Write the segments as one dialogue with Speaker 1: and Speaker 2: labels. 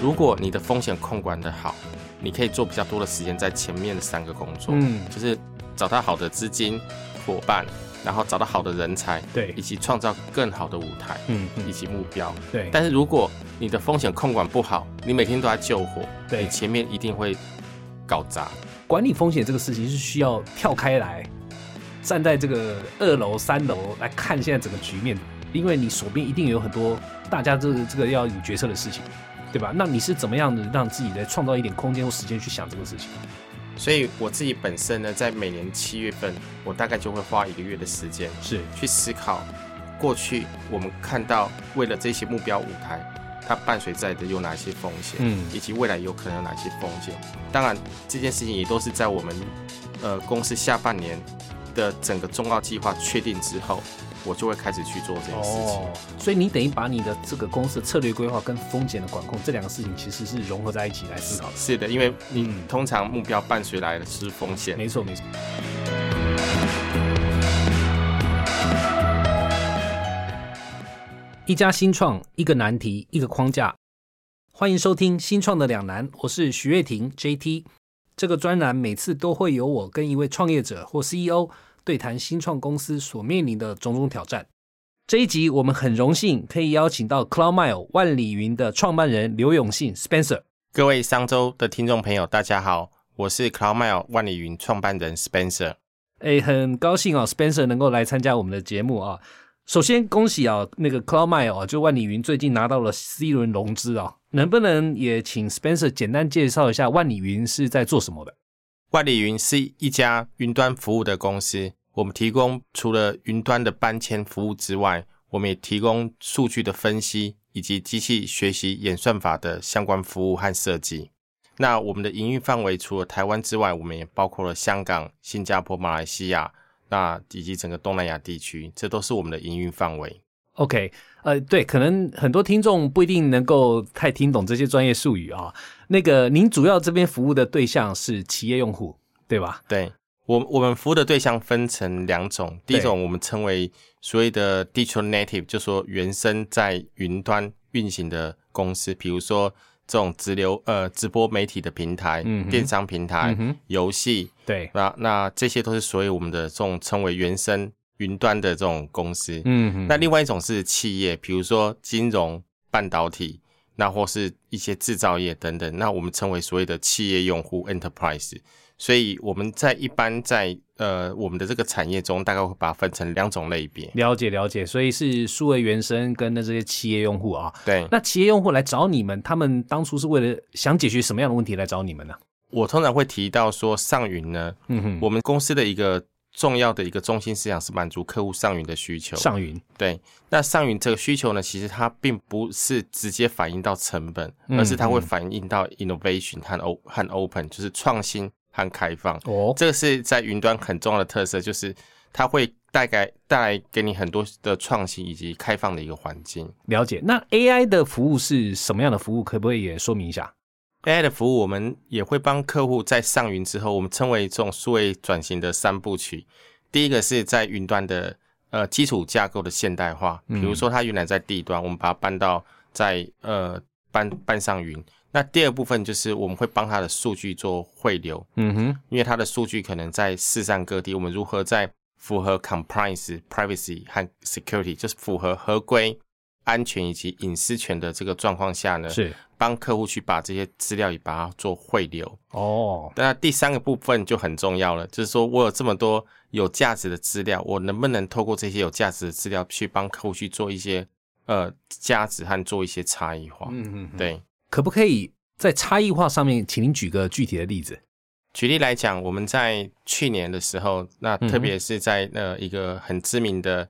Speaker 1: 如果你的风险控管的好，你可以做比较多的时间在前面的三个工作，
Speaker 2: 嗯，
Speaker 1: 就是找到好的资金伙伴，然后找到好的人才，
Speaker 2: 对
Speaker 1: 以，及创造更好的舞台，
Speaker 2: 嗯嗯
Speaker 1: 以，及目标。
Speaker 2: 对，
Speaker 1: 但是如果你的风险控管不好，你每天都在救火，
Speaker 2: 对
Speaker 1: 你前面一定会搞砸。
Speaker 2: 管理风险这个事情是需要跳开来，站在这个二楼、三楼来看现在整个局面，因为你手边一定有很多大家这个这个要有决策的事情，对吧？那你是怎么样的让自己来创造一点空间或时间去想这个事情？
Speaker 1: 所以我自己本身呢，在每年七月份，我大概就会花一个月的时间
Speaker 2: 是
Speaker 1: 去思考过去我们看到为了这些目标舞台，它伴随在的有哪些风险，
Speaker 2: 嗯
Speaker 1: 以及未来有可能有哪些风险。当然，这件事情也都是在我们呃公司下半年的整个重要计划确定之后，我就会开始去做这件事情。
Speaker 2: 哦，所以你等于把你的这个公司的策略规划跟风险的管控这两个事情其实是融合在一起来思考的。
Speaker 1: 是的，因为你
Speaker 2: 嗯
Speaker 1: 通常目标伴随来的是风险，
Speaker 2: 没错，没错。一家新创，一个难题，一个框架。欢迎收听《新创的两难》，我是徐月婷 JT。这个专栏每次都会有我跟一位创业者或 CEO 对谈新创公司所面临的种种挑战。这一集我们很荣幸可以邀请到 CloudMile 万里云的创办人刘永信 Spencer。
Speaker 1: 各位商周的听众朋友，大家好，我是 CloudMile 万里云创办人 Spencer。
Speaker 2: 诶，很高兴哦，Spencer 能够来参加我们的节目啊、首先恭喜啊、那个 CloudMile 啊、就万里云最近拿到了 C 轮融资啊、能不能也请 Spencer 简单介绍一下万里云是在做什么的？
Speaker 1: 万里云是一家云端服务的公司，我们提供除了云端的搬迁服务之外，我们也提供数据的分析以及机器学习演算法的相关服务和设计。那我们的营运范围除了台湾之外，我们也包括了香港、新加坡、马来西亚，那以及整个东南亚地区，这都是我们的营运范围。
Speaker 2: OK，呃，对，可能很多听众不一定能够太听懂这些专业术语啊、那个，您主要这边服务的对象是企业用户，对吧？
Speaker 1: 对我，我们服务的对象分成两种，第一种我们称为所谓的 digital native，就说原生在云端运行的公司，比如说这种直流呃直播媒体的平台、
Speaker 2: 嗯哼
Speaker 1: 电商平台、
Speaker 2: 哼，
Speaker 1: 游戏，
Speaker 2: 对，
Speaker 1: 那那这些都是所谓我们的这种称为原生云端的这种公司。
Speaker 2: 嗯哼，
Speaker 1: 那另外一种是企业，比如说金融、半导体，那或是一些制造业等等，那我们称为所谓的企业用户 （enterprise）。所以我们在一般在呃我们的这个产业中，大概会把它分成两种类别。
Speaker 2: 了解了解，所以是数位原生跟那这些企业用户啊、
Speaker 1: 对，
Speaker 2: 那企业用户来找你们，他们当初是为了想解决什么样的问题来找你们呢、
Speaker 1: 我通常会提到说，上云呢，
Speaker 2: 嗯哼，
Speaker 1: 我们公司的一个重要的一个中心思想是满足客户上云的需求。
Speaker 2: 上云
Speaker 1: 对，那上云这个需求呢，其实它并不是直接反映到成本，
Speaker 2: 嗯
Speaker 1: 而是它会反映到 innovation 和 o 和 open，就是创新和开放。
Speaker 2: 哦，
Speaker 1: 这个是在云端很重要的特色，就是它会带给带来给你很多的创新以及开放的一个环境。
Speaker 2: 了解。那 AI 的服务是什么样的服务？可不可以也说明一下？
Speaker 1: AI 的服务，我们也会帮客户在上云之后，我们称为这种数位转型的三部曲。第一个是在云端的呃基础架构的现代化，比如说它原来在地端，我们把它搬到在呃搬搬上云。那第二部分就是我们会帮它的数据做汇流，
Speaker 2: 嗯哼，
Speaker 1: 因为它的数据可能在世上各地，我们如何在符合 compliance、privacy 和 security，就是符合合规、安全以及隐私权的这个状况下呢？
Speaker 2: 是
Speaker 1: 帮客户去把这些资料也把它做汇流。
Speaker 2: 哦，
Speaker 1: 那第三个部分就很重要了，就是说我有这么多有价值的资料，我能不能透过这些有价值的资料去帮客户去做一些呃价值和做一些差异化？
Speaker 2: 嗯哼，
Speaker 1: 对，
Speaker 2: 可不可以在差异化上面，请您举个具体的例子？
Speaker 1: 举例来讲，我们在去年的时候，那特别是在呃一个很知名的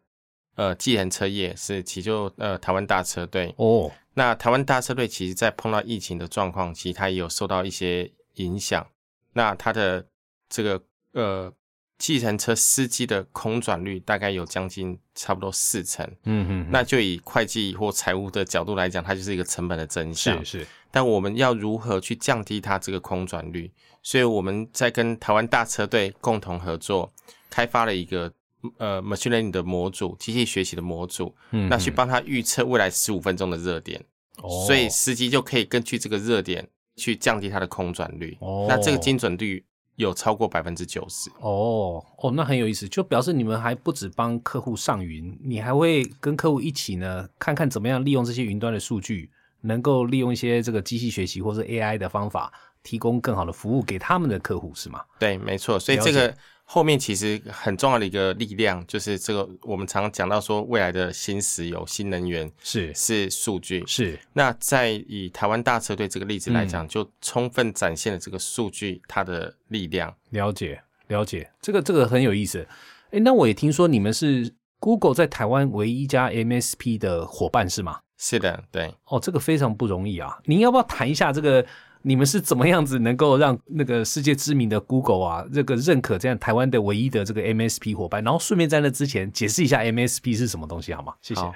Speaker 1: 呃计程车业是其就呃台湾大车队，
Speaker 2: 哦，
Speaker 1: 那台湾大车队其实在碰到疫情的状况，其实它也有受到一些影响。那它的这个呃，计程车司机的空转率大概有将近差不多四成。
Speaker 2: 嗯哼，
Speaker 1: 那就以会计或财务的角度来讲，它就是一个成本的真相。
Speaker 2: 是是，
Speaker 1: 但我们要如何去降低它这个空转率？所以我们在跟台湾大车队共同合作，开发了一个呃 machine learning 的模组，机器学习的模组，
Speaker 2: 嗯
Speaker 1: 那去帮他预测未来十五分钟的热点。
Speaker 2: 哦
Speaker 1: 所以司机就可以根据这个热点去降低它的空转率。
Speaker 2: 哦
Speaker 1: 那这个精准率有超过百分之九十。
Speaker 2: 哦哦，那很有意思，就表示你们还不止帮客户上云，你还会跟客户一起呢，看看怎么样利用这些云端的数据，能够利用一些这个机器学习或是 AI 的方法，提供更好的服务给他们的客户，是吗？
Speaker 1: 对，没错。所以
Speaker 2: 了
Speaker 1: 这个后面其实很重要的一个力量，就是这个我们常讲到说，未来的新石油、新能源
Speaker 2: 是
Speaker 1: 是数据。
Speaker 2: 是，
Speaker 1: 那在以台湾大车队这个例子来
Speaker 2: 嗯
Speaker 1: 讲，就充分展现了这个数据它的力量。
Speaker 2: 了解了解，这个这个很有意思。诶，那我也听说你们是 Google 在台湾唯一一家 MSP 的伙伴是吗？
Speaker 1: 是的，对。
Speaker 2: 哦，这个非常不容易啊！您要不要谈一下这个？你们是怎么样子能够让那个世界知名的 Google 啊，这个认可这样台湾的唯一的这个 MSP 伙伴？然后顺便在那之前解释一下 MSP 是什么东西好吗？谢谢
Speaker 1: 好。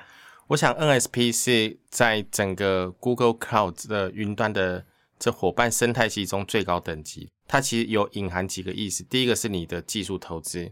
Speaker 1: 我想 NSP 是在整个 Google Cloud 的云端的这伙伴生态系中最高等级。它其实有隐含几个意思，第一个是你的技术投资，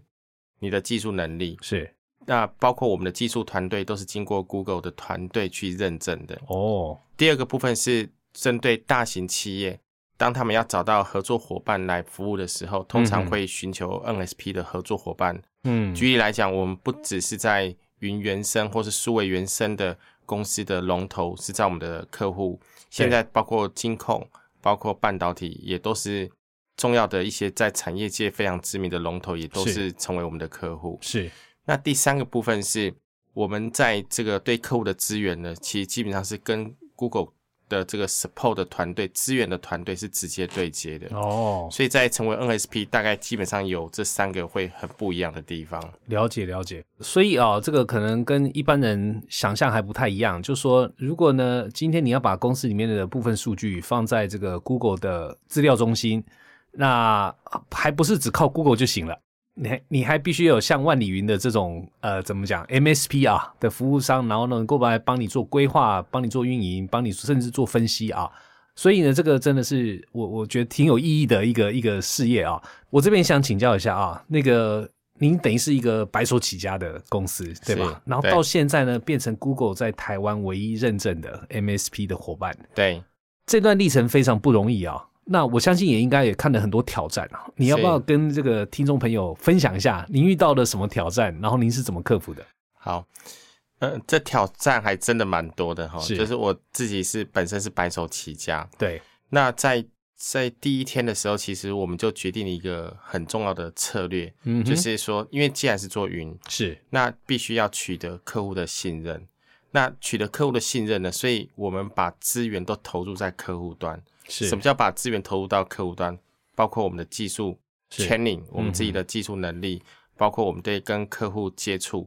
Speaker 1: 你的技术能力，
Speaker 2: 是
Speaker 1: 那包括我们的技术团队都是经过 Google 的团队去认证的。
Speaker 2: 哦，
Speaker 1: 第二个部分是针对大型企业，当他们要找到合作伙伴来服务的时候，通
Speaker 2: 嗯
Speaker 1: 常
Speaker 2: 哼
Speaker 1: 会寻求 NSP 的合作伙伴。
Speaker 2: 嗯，
Speaker 1: 举例来讲，我们不只是在云原生或是数位原生的公司的龙头是在我们的客户，现在包括金控、包括半导体也都是重要的一些在产业界非常知名的龙头，也都
Speaker 2: 是
Speaker 1: 是成为我们的客户。
Speaker 2: 是
Speaker 1: 那第三个部分是我们在这个对客户的资源呢，其实基本上是跟 Google 的这个 support 的团队、资源的团队是直接对接的。
Speaker 2: 哦，
Speaker 1: 所以在成为 NSP，大概基本上有这三个会很不一样的地方。
Speaker 2: 了解了解，所以啊、这个可能跟一般人想象还不太一样。就说，如果呢，今天你要把公司里面的部分数据放在这个 Google 的资料中心，那啊还不是只靠 Google 就行了，你还你还必须有像万里云的这种呃，怎么讲 MSP 啊的服务商，然后呢，能够来帮你做规划、帮你做运营、帮你甚至做分析啊。所以呢，这个真的是我我觉得挺有意义的一个一个事业啊。我这边想请教一下啊，那个您等于是一个白手起家的公司，对吧？然后
Speaker 1: 对
Speaker 2: 到现在呢，变成 Google 在台湾唯一认证的 MSP 的伙伴，
Speaker 1: 对，
Speaker 2: 这段历程非常不容易啊。那我相信也应该也看了很多挑战啊。你要不要
Speaker 1: 是
Speaker 2: 跟这个听众朋友分享一下您遇到的什么挑战，然后您是怎么克服的？
Speaker 1: 好，呃，这挑战还真的蛮多的哈，
Speaker 2: 是
Speaker 1: 就是我自己是本身是白手起家，
Speaker 2: 对，
Speaker 1: 那在在第一天的时候，其实我们就决定了一个很重要的策略，
Speaker 2: 嗯哼
Speaker 1: 就是说，因为既然是做云，
Speaker 2: 是
Speaker 1: 那必须要取得客户的信任。那取得客户的信任呢，所以我们把资源都投入在客户端。
Speaker 2: 是
Speaker 1: 什么叫把资源投入到客户端？包括我们的技术
Speaker 2: 是嗯
Speaker 1: training，我们自己的技术能力，包括我们对跟客户接触，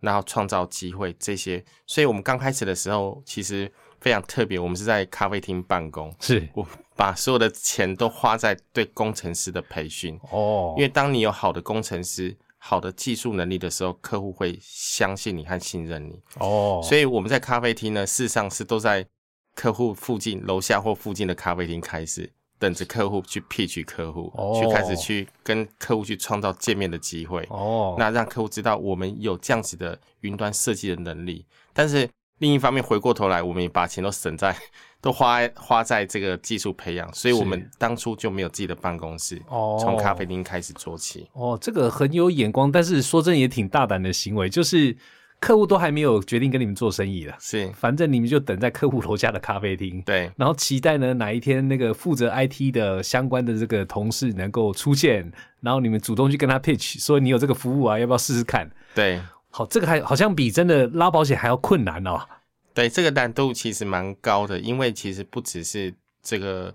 Speaker 1: 然后创造机会这些。所以我们刚开始的时候，其实非常特别，我们是在咖啡厅办公，
Speaker 2: 是
Speaker 1: 我把所有的钱都花在对工程师的培训，
Speaker 2: 哦，
Speaker 1: 因为当你有好的工程师、好的技术能力的时候，客户会相信你和信任你。
Speaker 2: 哦，
Speaker 1: 所以我们在咖啡厅呢，事实上是都在客户附近、楼下或附近的咖啡厅开始，等着客户去 pitch 客户，
Speaker 2: 哦
Speaker 1: 去开始去跟客户去创造见面的机会。
Speaker 2: 哦，
Speaker 1: 那让客户知道我们有这样子的云端设计的能力，但是另一方面回过头来，我们也把钱都省在都花花在这个技术培养，所以
Speaker 2: 是
Speaker 1: 我们当初就没有自己的办公室，
Speaker 2: 哦
Speaker 1: 从咖啡厅开始做起。
Speaker 2: 哦，这个很有眼光，但是说真的也挺大胆的行为，就是客户都还没有决定跟你们做生意的，
Speaker 1: 是，
Speaker 2: 反正你们就等在客户楼下的咖啡厅，
Speaker 1: 对，
Speaker 2: 然后期待呢哪一天那个负责 IT 的相关的这个同事能够出现，然后你们主动去跟他 pitch 说你有这个服务啊，要不要试试看？
Speaker 1: 对，
Speaker 2: 好，这个还好像比真的拉保险还要困难哦。
Speaker 1: 对，这个难度其实蛮高的，因为其实不只是这个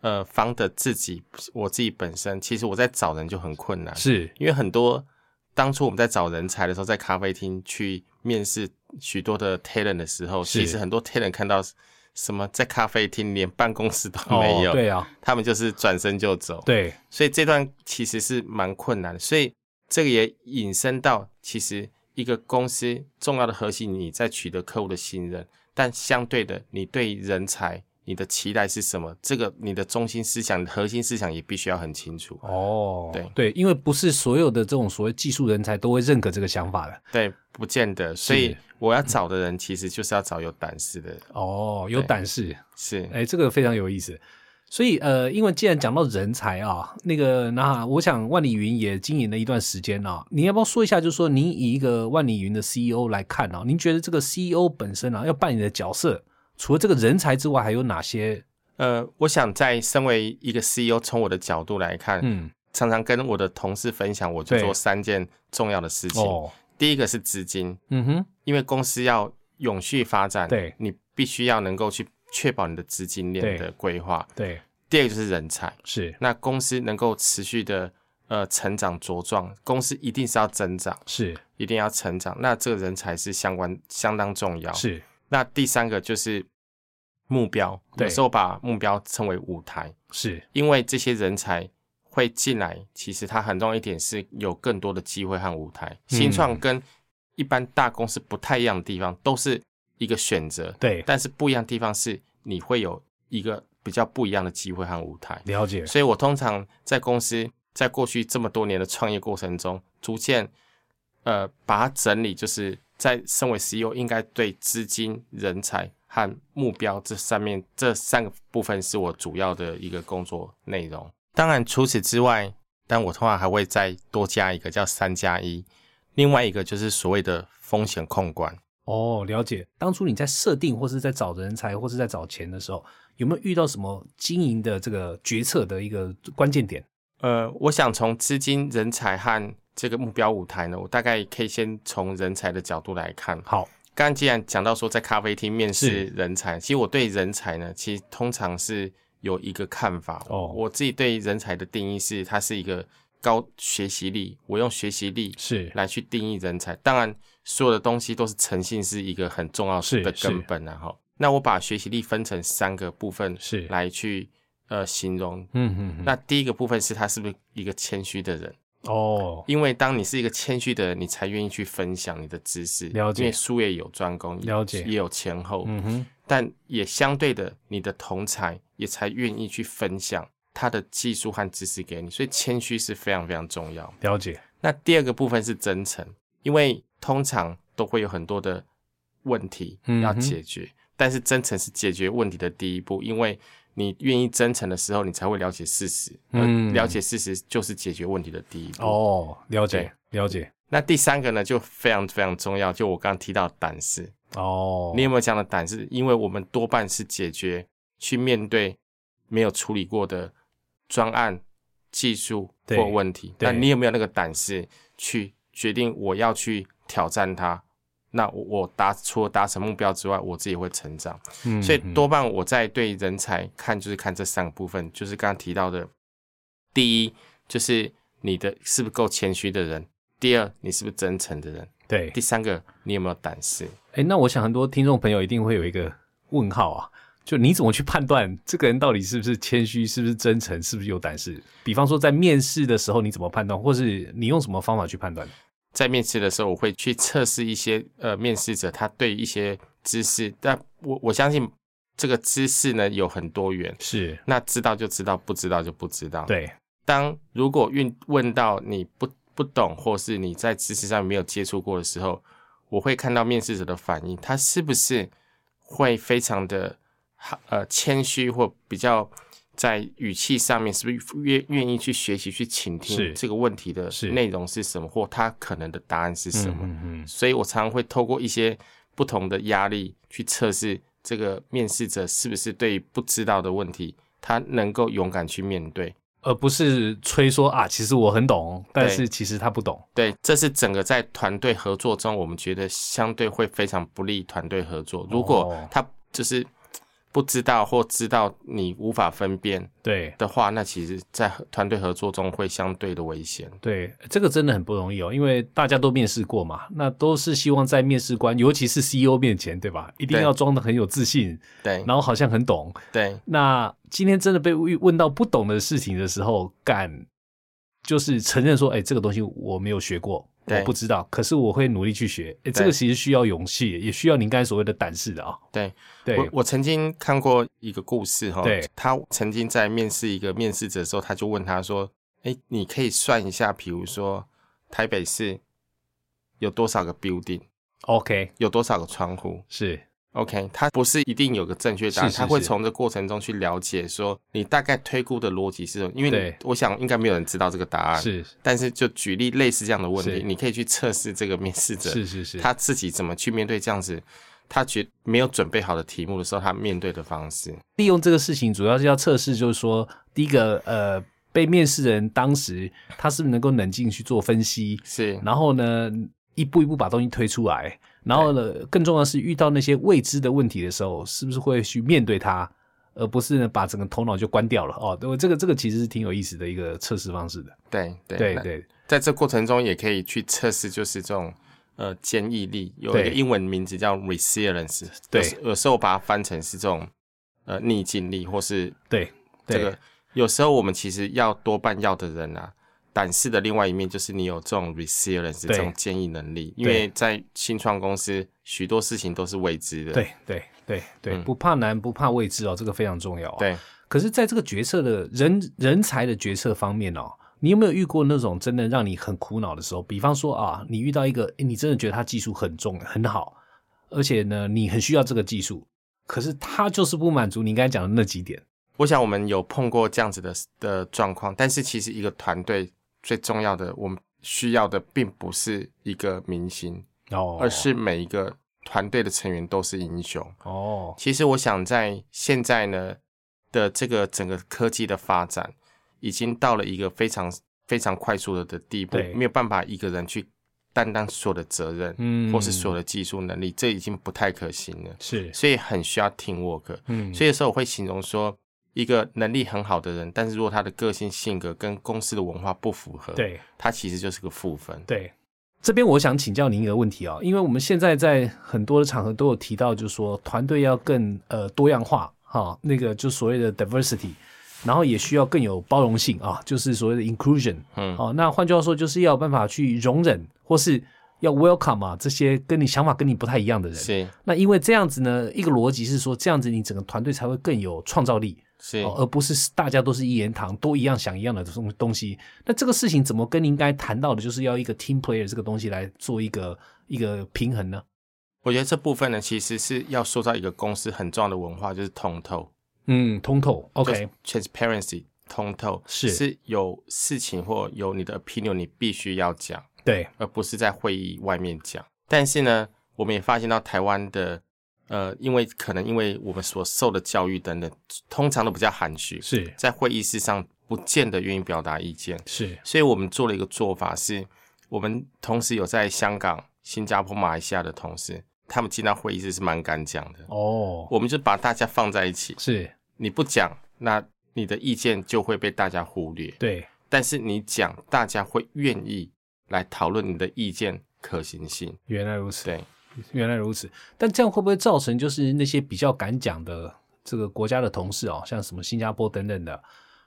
Speaker 1: 呃方的自己，我自己本身，其实我在找人就很困难，
Speaker 2: 是
Speaker 1: 因为很多当初我们在找人才的时候，在咖啡厅去面试许多的 talent 的时候，
Speaker 2: 是
Speaker 1: 其实很多 talent 看到什么在咖啡厅连办公室都没有，
Speaker 2: 哦、对啊，
Speaker 1: 他们就是转身就走。，
Speaker 2: 对，
Speaker 1: 所以这段其实是蛮困难的，所以这个也引申到其实一个公司重要的核心，你在取得客户的信任，但相对的，你对人才。你的期待是什么？这个你的中心思想、核心思想也必须要很清楚。
Speaker 2: 哦，
Speaker 1: 对
Speaker 2: 对，因为不是所有的这种所谓技术人才都会认可这个想法的，
Speaker 1: 对，不见得。所以我要找的人其实就是要找有胆识的人，
Speaker 2: 哦，有
Speaker 1: 对
Speaker 2: 胆识，
Speaker 1: 是
Speaker 2: 哎，这个非常有意思。所以，呃，因为既然讲到人才啊，那个那我想万里云也经营了一段时间啊，你要不要说一下，就是说您以一个万里云的 CEO 来看啊，您觉得这个 CEO 本身啊要扮演的角色，除了这个人才之外，还有哪些？
Speaker 1: 呃，我想在身为一个 CEO，从我的角度来看，
Speaker 2: 嗯，
Speaker 1: 常常跟我的同事分享，我就
Speaker 2: 对
Speaker 1: 做三件重要的事情。
Speaker 2: 哦，
Speaker 1: 第一个是资金，
Speaker 2: 嗯哼，
Speaker 1: 因为公司要永续发展，
Speaker 2: 对
Speaker 1: 你必须要能够去确保你的资金
Speaker 2: 对
Speaker 1: 链的规划。
Speaker 2: 对，
Speaker 1: 第二个就是人才，
Speaker 2: 是
Speaker 1: 那公司能够持续的呃成长茁壮，公司一定是要增长，
Speaker 2: 是
Speaker 1: 一定要成长。那这个人才是相关相当重要。
Speaker 2: 是，
Speaker 1: 那第三个就是目标，
Speaker 2: 对
Speaker 1: 有时候把目标称为舞台，
Speaker 2: 是
Speaker 1: 因为这些人才会进来，其实它很重要一点是有更多的机会和舞台。新创跟一般大公司不太一样的地方，都是一个选择，
Speaker 2: 对，
Speaker 1: 但是不一样的地方是你会有一个比较不一样的机会和舞台。
Speaker 2: 了解，
Speaker 1: 所以我通常在公司，在过去这么多年的创业过程中，逐渐呃把它整理，就是在身为 CEO 应该对资金、人才和目标这三面这三个部分是我主要的一个工作内容。当然，除此之外，但我通常还会再多加一个叫三加一，另外一个就是所谓的风险控管。
Speaker 2: 哦，了解。当初你在设定或是在找人才或是在找钱的时候，有没有遇到什么经营的这个决策的一个关键点？
Speaker 1: 呃，我想从资金、人才和这个目标舞台呢，我大概可以先从人才的角度来看。
Speaker 2: 好，
Speaker 1: 刚刚既然讲到说在咖啡厅面
Speaker 2: 是
Speaker 1: 试人才，其实我对人才呢，其实通常是有一个看法。
Speaker 2: 哦
Speaker 1: 我自己对人才的定义是，它是一个高学习力。我用学习力
Speaker 2: 是
Speaker 1: 来去定义人才，当然所有的东西都是诚信是一个很重要
Speaker 2: 是
Speaker 1: 的
Speaker 2: 是
Speaker 1: 根本然、啊、后，那我把学习力分成三个部分
Speaker 2: 是
Speaker 1: 来去呃形容。
Speaker 2: 嗯嗯，
Speaker 1: 那第一个部分是他是不是一个谦虚的人？
Speaker 2: 哦，
Speaker 1: 因为当你是一个谦虚的人，你才愿意去分享你的知识。
Speaker 2: 了解
Speaker 1: 因为术业有专攻，
Speaker 2: 了解
Speaker 1: 也有前后，
Speaker 2: 嗯哼，
Speaker 1: 但也相对的，你的同才也才愿意去分享他的技术和知识给你，所以谦虚是非常非常重要。
Speaker 2: 了解，
Speaker 1: 那第二个部分是真诚，因为通常都会有很多的问题
Speaker 2: 嗯哼
Speaker 1: 要解决，但是真诚是解决问题的第一步，因为你愿意真诚的时候，你才会了解事实，而
Speaker 2: 嗯
Speaker 1: 了解事实就是解决问题的第一步。
Speaker 2: 哦，了解，了解，
Speaker 1: 那第三个呢，就非常非常重要，就我刚刚提到的胆识，
Speaker 2: 哦，
Speaker 1: 你有没有这样的胆识？因为我们多半是解决去面对没有处理过的专案、技术
Speaker 2: 对
Speaker 1: 或问题，
Speaker 2: 对
Speaker 1: 那你有没有那个胆识去决定我要去挑战它？那我我达除了达成目标之外，我自己会成长。
Speaker 2: 嗯
Speaker 1: 所以
Speaker 2: 嗯
Speaker 1: 多半我在对人才看，就是看这三个部分，就是刚刚提到的，第一就是你的是不是够谦虚的人，第二你是不是真诚的人，
Speaker 2: 对
Speaker 1: 第，三个你有没有胆识？
Speaker 2: 哎，那我想很多听众朋友一定会有一个问号啊。就你怎么去判断这个人到底是不是谦虚，是不是真诚，是不是有胆识？比方说在面试的时候，你怎么判断，或是你用什么方法去判断？
Speaker 1: 在面试的时候，我会去测试一些呃面试者他对一些知识，但我我相信这个知识呢有很多元，
Speaker 2: 是
Speaker 1: 那知道就知道，不知道就不知道。，
Speaker 2: 对，
Speaker 1: 当如果运问到你不不懂，或是你在知识上没有接触过的时候，我会看到面试者的反应，他是不是会非常的呃谦虚，或比较在语气上面，是不是愿愿意去学习、去倾
Speaker 2: 是
Speaker 1: 听这个问题的
Speaker 2: 是
Speaker 1: 内容是什么，或他可能的答案是什么？
Speaker 2: 嗯嗯，
Speaker 1: 所以我常常会透过一些不同的压力去测试这个面试者是不是对于不知道的问题，他能够勇敢去面对。
Speaker 2: 而不是吹说啊，其实我很懂，但是其实他不懂。
Speaker 1: 对，这是整个在团队合作中，我们觉得相对会非常不利团队合作。如果
Speaker 2: 哦
Speaker 1: 他就是不知道或知道你无法分辨
Speaker 2: 对
Speaker 1: 的话，那其实在合团队合作中会相对的危险。
Speaker 2: 对，这个真的很不容易哦，因为大家都面试过嘛，那都是希望在面试官，尤其是 CEO 面前，对吧？一定
Speaker 1: 对嗯
Speaker 2: 要装的很有自信，
Speaker 1: 对
Speaker 2: 然后好像很懂。
Speaker 1: 对
Speaker 2: 那今天真的被问问到不懂的事情的时候，敢就是承认说，哎，这个东西我没有学过。
Speaker 1: 对
Speaker 2: 我不知道，可是我会努力去学。哎，这个其实需要勇气，也需要您刚才所谓的胆识的啊、
Speaker 1: 对，
Speaker 2: 对，
Speaker 1: 我我曾经看过一个故事哈
Speaker 2: 对，
Speaker 1: 他曾经在面试一个面试者的时候，他就问他说：“哎，你可以算一下，比如说台北市有多少个 building？”
Speaker 2: OK，
Speaker 1: 有多少个窗户
Speaker 2: 是
Speaker 1: ？OK，它不是一定有个正确答案，
Speaker 2: 是是
Speaker 1: 它会
Speaker 2: 是
Speaker 1: 从这过程中去了解说你大概推估的逻辑是什么。因为
Speaker 2: 对
Speaker 1: 你我想应该没有人知道这个答案，
Speaker 2: 是
Speaker 1: 但是就举例类似这样的问
Speaker 2: 是
Speaker 1: 题，你可以去测试这个面试者
Speaker 2: 是是是，
Speaker 1: 他自己怎么去面对这样子他觉没有准备好的题目的时候，他面对的方式。
Speaker 2: 利用这个事情，主要是要测试，就是说，第一个，呃，被面试人当时他是不是能够冷静去做分析，
Speaker 1: 是
Speaker 2: 然后呢，一步一步把东西推出来，然后呢，更重要的是遇到那些未知的问题的时候，是不是会去面对它，而不是呢把整个头脑就关掉了哦。我这个这个其实是挺有意思的一个测试方式的，
Speaker 1: 对对
Speaker 2: 对
Speaker 1: 那
Speaker 2: 对
Speaker 1: 在这过程中也可以去测试，就是这种呃坚毅力，有一个
Speaker 2: 对
Speaker 1: 英文名字叫 resilience，
Speaker 2: 对
Speaker 1: 有时有时候我把它翻成是这种呃逆境力，或是
Speaker 2: 对
Speaker 1: 这
Speaker 2: 对
Speaker 1: 个，有时候我们其实要多半要的人啊。胆识的另外一面就是你有这种 resilience
Speaker 2: 对
Speaker 1: 这种坚毅能力，因为在新创公司许多事情都是未知的。
Speaker 2: 对对对对，
Speaker 1: 嗯
Speaker 2: 不怕难，不怕未知哦，这个非常重要、哦。
Speaker 1: 对，
Speaker 2: 可是，在这个决策的人人才的决策方面哦，你有没有遇过那种真的让你很苦恼的时候？比方说啊，你遇到一个诶你真的觉得他技术很重很好，而且呢，你很需要这个技术，可是他就是不满足你刚才讲的那几点。
Speaker 1: 我想我们有碰过这样子的的状况，但是其实一个团队最重要的，我们需要的并不是一个明星，
Speaker 2: 哦
Speaker 1: 而是每一个团队的成员都是英雄。
Speaker 2: 哦，
Speaker 1: 其实我想在现在呢的这个整个科技的发展，已经到了一个非常非常快速的的地步
Speaker 2: 对，
Speaker 1: 没有办法一个人去担当所有的责任，
Speaker 2: 嗯
Speaker 1: 或是所有的技术能力，这已经不太可行了，
Speaker 2: 是，
Speaker 1: 所以很需要 team work。
Speaker 2: 嗯
Speaker 1: 所以有时候我会形容说，一个能力很好的人，但是如果他的个性性格跟公司的文化不符合，，
Speaker 2: 对
Speaker 1: 他其实就是个负分。
Speaker 2: 对。这边我想请教您一个问题哦，因为我们现在在很多的场合都有提到，就是说团队要更呃多样化哈、那个就所谓的 diversity，然后也需要更有包容性啊，就是所谓的 inclusion。
Speaker 1: 嗯
Speaker 2: 哦，那换句话说，就是要有办法去容忍，或是要 welcome 啊这些跟你想法跟你不太一样的人。
Speaker 1: 是
Speaker 2: 那因为这样子呢，一个逻辑是说，这样子你整个团队才会更有创造力，
Speaker 1: 是
Speaker 2: 哦，而不是大家都是一言堂，都一样想一样的东东西。那这个事情怎么跟您刚才谈到的，就是要一个 team player 这个东西来做一个一个平衡呢？
Speaker 1: 我觉得这部分呢，其实是要塑造一个公司很重要的文化，就是通透
Speaker 2: 嗯，通透，OK，
Speaker 1: 就是，transparency，通透
Speaker 2: 是
Speaker 1: 是有事情或有你的 opinion，你必须要讲，
Speaker 2: 对，
Speaker 1: 而不是在会议外面讲。但是呢，我们也发现到台湾的。呃，因为可能因为我们所受的教育等等，通常都比较含蓄，
Speaker 2: 是
Speaker 1: 在会议室上不见得愿意表达意见，
Speaker 2: 是，
Speaker 1: 所以我们做了一个做法是，我们同时有在香港、新加坡、马来西亚的同事，他们进到会议室是蛮敢讲的。
Speaker 2: 哦，
Speaker 1: 我们就把大家放在一起，
Speaker 2: 是
Speaker 1: 你不讲，那你的意见就会被大家忽略；
Speaker 2: 对，
Speaker 1: 但是你讲，大家会愿意来讨论你的意见可行性。
Speaker 2: 原来如此。
Speaker 1: 对，
Speaker 2: 原来如此，但这样会不会造成就是那些比较敢讲的这个国家的同事哦，像什么新加坡等等的，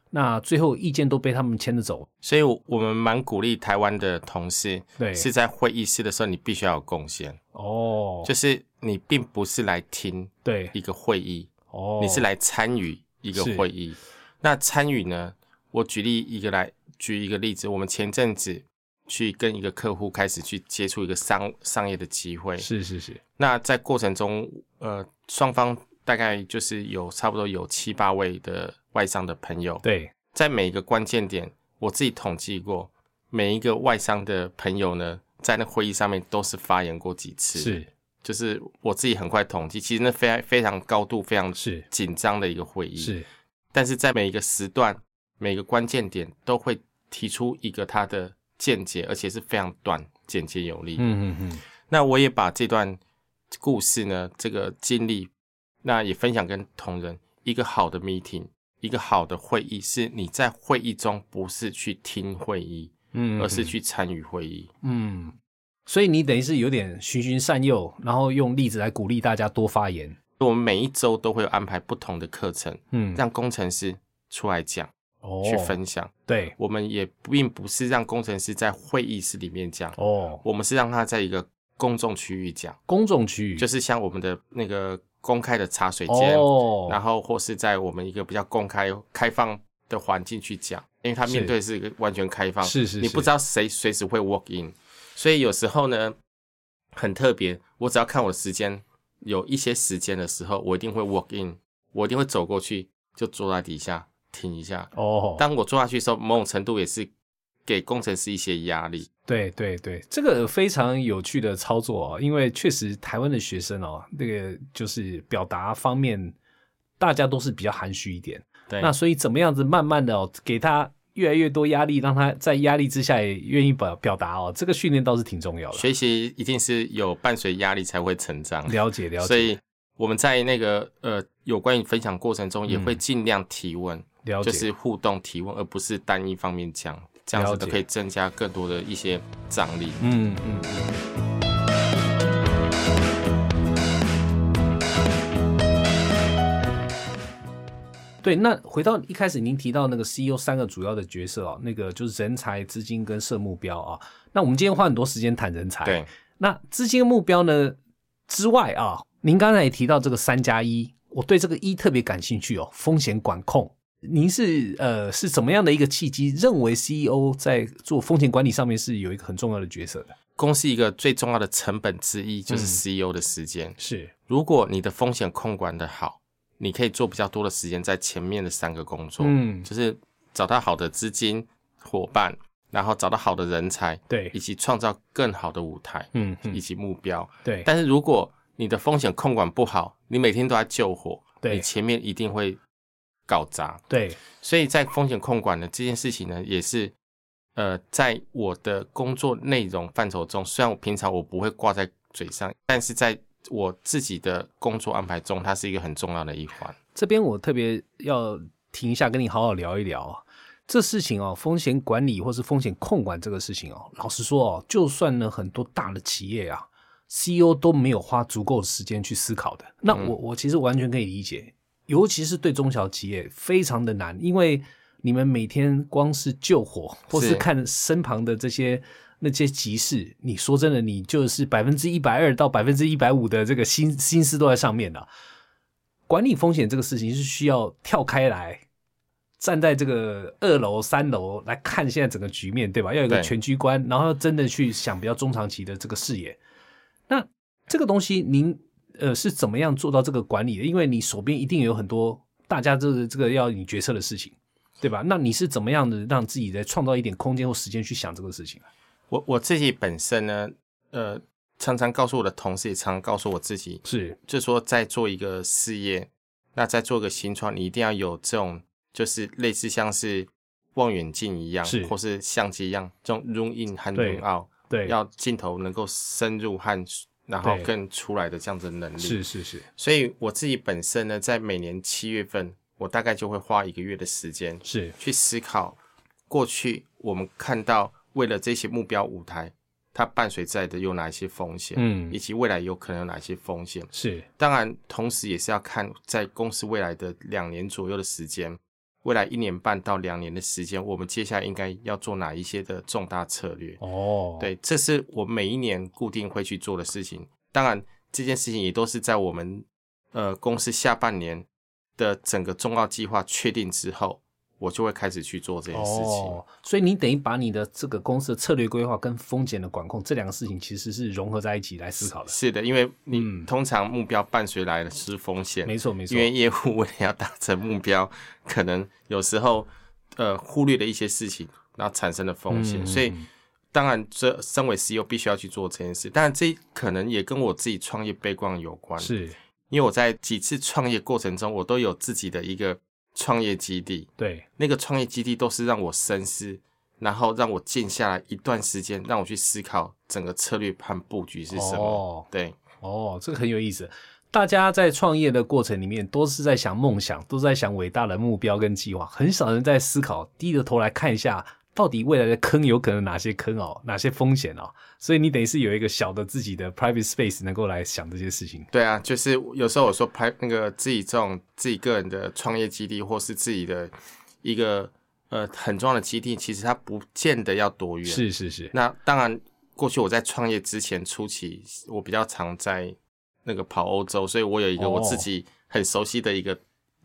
Speaker 2: 那最后意见都被他们牵着走？
Speaker 1: 所以我我们蛮鼓励台湾的同事，
Speaker 2: 对
Speaker 1: 是在会议室的时候，你必须要有贡献，
Speaker 2: 哦，
Speaker 1: 就是你并不是来听
Speaker 2: 对，
Speaker 1: 一个会议，
Speaker 2: 哦，
Speaker 1: 你是来参与一个
Speaker 2: 是
Speaker 1: 会议。那参与呢？我举例一个来举一个例子，我们前阵子去跟一个客户开始去接触一个商商业的机会。
Speaker 2: 是是是，
Speaker 1: 那在过程中，呃，双方大概就是有差不多有七八位的外商的朋友，
Speaker 2: 对，
Speaker 1: 在每一个关键点，我自己统计过，每一个外商的朋友呢，在那会议上面都是发言过几次。
Speaker 2: 是
Speaker 1: 就是我自己很快统计，其实那非常非常高度非常
Speaker 2: 是
Speaker 1: 紧张的一个会议，
Speaker 2: 是
Speaker 1: 但是在每一个时段、每个关键点都会提出一个他的见解，而且是非常短、简洁有力。
Speaker 2: 嗯嗯嗯，
Speaker 1: 那我也把这段故事呢，这个经历，那也分享跟同仁。一个好的 meeting，一个好的会议，是你在会议中不是去听会议，
Speaker 2: 嗯，
Speaker 1: 而是去参与会议。
Speaker 2: 嗯，所以你等于是有点循循善诱，然后用例子来鼓励大家多发言。
Speaker 1: 我们每一周都会有安排不同的课程，
Speaker 2: 嗯，
Speaker 1: 让工程师出来讲、
Speaker 2: 哦
Speaker 1: 去分享。
Speaker 2: 对
Speaker 1: 我们也并不是让工程师在会议室里面讲，
Speaker 2: 哦，
Speaker 1: 我们是让他在一个公众区域讲，
Speaker 2: 公众区域
Speaker 1: 就是像我们的那个公开的茶水间，
Speaker 2: 哦，
Speaker 1: 然后或是在我们一个比较公开、开放的环境去讲，因为他面对的是一个完全开放，
Speaker 2: 是是
Speaker 1: 你
Speaker 2: 是
Speaker 1: 不知道谁随时会 walk in，所以有时候呢，很特别，我只要看我的时间有一些时间的时候，我一定会 walk in，我一定会走过去就坐在底下听一下。
Speaker 2: 哦，
Speaker 1: 当我坐下去的时候，某种程度也是给工程师一些压力。
Speaker 2: 对对对，这个非常有趣的操作哦，因为确实台湾的学生哦，那个就是表达方面，大家都是比较含蓄一点。
Speaker 1: 对，
Speaker 2: 那所以怎么样子慢慢的哦，给他越来越多压力，让他在压力之下也愿意表表达哦，这个训练倒是挺重要的。
Speaker 1: 学习一定是有伴随压力才会成长。
Speaker 2: 了解了
Speaker 1: 所
Speaker 2: 解
Speaker 1: 以我们在那个呃有关于分享过程中，也会
Speaker 2: 嗯
Speaker 1: 尽量提问，
Speaker 2: 了解，
Speaker 1: 就是互动提问，而不是单一方面讲，这样子
Speaker 2: 了
Speaker 1: 的
Speaker 2: 解
Speaker 1: 可以增加更多的一些张力。
Speaker 2: 嗯嗯嗯。对，那回到一开始您提到那个 CEO 三个主要的角色哦，那个就是人才、资金跟设目标啊、那我们今天花很多时间谈人才，
Speaker 1: 对，
Speaker 2: 那资金目标呢之外啊，您刚才也提到这个三加一，我对这个一特别感兴趣哦，风险管控。您是呃是怎么样的一个契机，认为 CEO 在做风险管理上面是有一个很重要的角色的？
Speaker 1: 公司一个最重要的成本之一就是
Speaker 2: 嗯
Speaker 1: CEO 的时间。
Speaker 2: 是
Speaker 1: 如果你的风险控管的好，你可以做比较多的时间在前面的三个工作，
Speaker 2: 嗯，
Speaker 1: 就是找到好的资金伙伴，然后找到好的人才，
Speaker 2: 对
Speaker 1: 以，及创造更好的舞台，
Speaker 2: 嗯
Speaker 1: 以
Speaker 2: 嗯，
Speaker 1: 及目标。
Speaker 2: 对，
Speaker 1: 但是如果你的风险控管不好，你每天都在救火，
Speaker 2: 对
Speaker 1: 你前面一定会搞砸。
Speaker 2: 对，
Speaker 1: 所以在风险控管的这件事情呢，也是呃，在我的工作内容范畴中，虽然我平常我不会挂在嘴上，但是在我自己的工作安排中，它是一个很重要的一环。
Speaker 2: 这边我特别要停一下，跟你好好聊一聊啊。这事情哦，风险管理或是风险控管这个事情哦，老实说哦，就算呢很多大的企业啊，CEO 都没有花足够的时间去思考的。那我我其实完全可以理解，尤其是对中小企业非常的难，因为你们每天光是救火或是
Speaker 1: 是
Speaker 2: 看身旁的这些那些急事，你说真的，你就是百分之一百二到百分之一百五的这个心心思都在上面了、啊管理风险这个事情是需要跳开来，站在这个二楼、三楼来看现在整个局面，对吧？要有一个
Speaker 1: 对
Speaker 2: 全局观，然后要真的去想比较中长期的这个视野。那这个东西您呃是怎么样做到这个管理的？因为你手边一定有很多大家这个这个要你决策的事情，对吧？那你是怎么样的让自己在创造一点空间或时间去想这个事情？
Speaker 1: 我我自己本身呢，呃，常常告诉我的同事，也常常告诉我自己，
Speaker 2: 是
Speaker 1: 就说在做一个事业，那在做一个新创，你一定要有这种，就是类似像是望远镜一样，
Speaker 2: 是
Speaker 1: 或是相机一样，这种 zoom in 和
Speaker 2: 对
Speaker 1: zoom out，
Speaker 2: 对，
Speaker 1: 要镜头能够深入和然后
Speaker 2: 对
Speaker 1: 更出来的这样子的能力。
Speaker 2: 是，是是
Speaker 1: 所以我自己本身呢，在每年七月份，我大概就会花一个月的时间
Speaker 2: 是，
Speaker 1: 去思考过去我们看到为了这些目标舞台，它伴随在的有哪一些风险，
Speaker 2: 嗯
Speaker 1: 以及未来有可能有哪些风险。
Speaker 2: 是
Speaker 1: 当然，同时也是要看在公司未来的两年左右的时间，未来一年半到两年的时间，我们接下来应该要做哪一些的重大策略。
Speaker 2: 哦，
Speaker 1: 对，这是我每一年固定会去做的事情。当然，这件事情也都是在我们呃公司下半年的整个重要计划确定之后，我就会开始去做这件事情。
Speaker 2: 哦，所以你等于把你的这个公司的策略规划跟风险的管控这两个事情其实是融合在一起来思考的。
Speaker 1: 是的，因为你、
Speaker 2: 嗯
Speaker 1: 通常目标伴随来的是风险，
Speaker 2: 没错，没错
Speaker 1: 因，为业务为了要达成目标，可能有时候呃忽略了一些事情，然后产生了风险，
Speaker 2: 嗯
Speaker 1: 所以当然这身为 CEO 必须要去做这件事。当然这可能也跟我自己创业背光有关，
Speaker 2: 是
Speaker 1: 因为我在几次创业过程中，我都有自己的一个创业基地，
Speaker 2: 对，
Speaker 1: 那个创业基地都是让我深思。然后让我静下来一段时间，让我去思考整个策略和布局是什么。
Speaker 2: 哦
Speaker 1: 对，
Speaker 2: 哦，这个很有意思。大家在创业的过程里面，都是在想梦想，都是在想伟大的目标跟计划，很少人在思考，低着头来看一下，到底未来的坑有可能哪些坑哦，哪些风险哦。所以你等于是有一个小的自己的 private space，能够来想这些事情。
Speaker 1: 对啊，就是有时候我说拍那个自己这种自己个人的创业基地，或是自己的一个呃很重要的基地，其实它不见得要多远。，
Speaker 2: 是是是，
Speaker 1: 那当然，过去我在创业之前初期，我比较常在那个跑欧洲，所以我有一个
Speaker 2: 哦
Speaker 1: 我自己很熟悉的一个、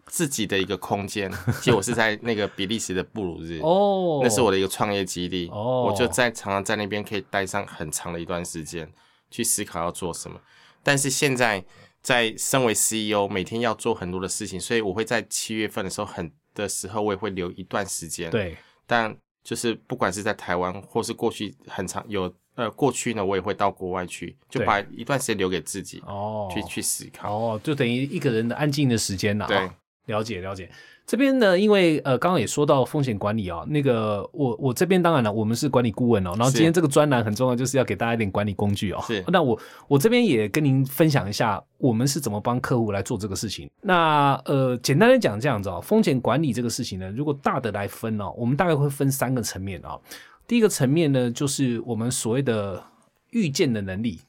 Speaker 1: 自己的一个空间。其实我是在那个比利时的布鲁 日。
Speaker 2: 哦，
Speaker 1: 那是我的一个创业基地，
Speaker 2: 哦
Speaker 1: 我就在常常在那边可以待上很长的一段时间，去思考要做什么。但是现在在身为 CEO，每天要做很多的事情，所以我会在七月份的时候很的时候，我也会留一段时间。，
Speaker 2: 对，
Speaker 1: 但就是不管是在台湾，或是过去很长有呃过去呢，我也会到国外去，就
Speaker 2: 对
Speaker 1: 把一段时间留给自己、
Speaker 2: 哦，
Speaker 1: 去去思考。
Speaker 2: 哦，就等于一个人的安静的时间了、啊。
Speaker 1: 对，
Speaker 2: 了解了解。这边呢，因为呃，刚刚也说到风险管理哦，那个我我这边当然了，我们是管理顾问哦，然后
Speaker 1: 是
Speaker 2: 今天这个专栏很重要，就是要给大家一点管理工具哦。
Speaker 1: 是
Speaker 2: 那我我这边也跟您分享一下，我们是怎么帮客户来做这个事情。那呃，简单的讲这样子哦，风险管理这个事情呢，如果大的来分哦，我们大概会分三个层面哦。第一个层面呢，就是我们所谓的预见的能力，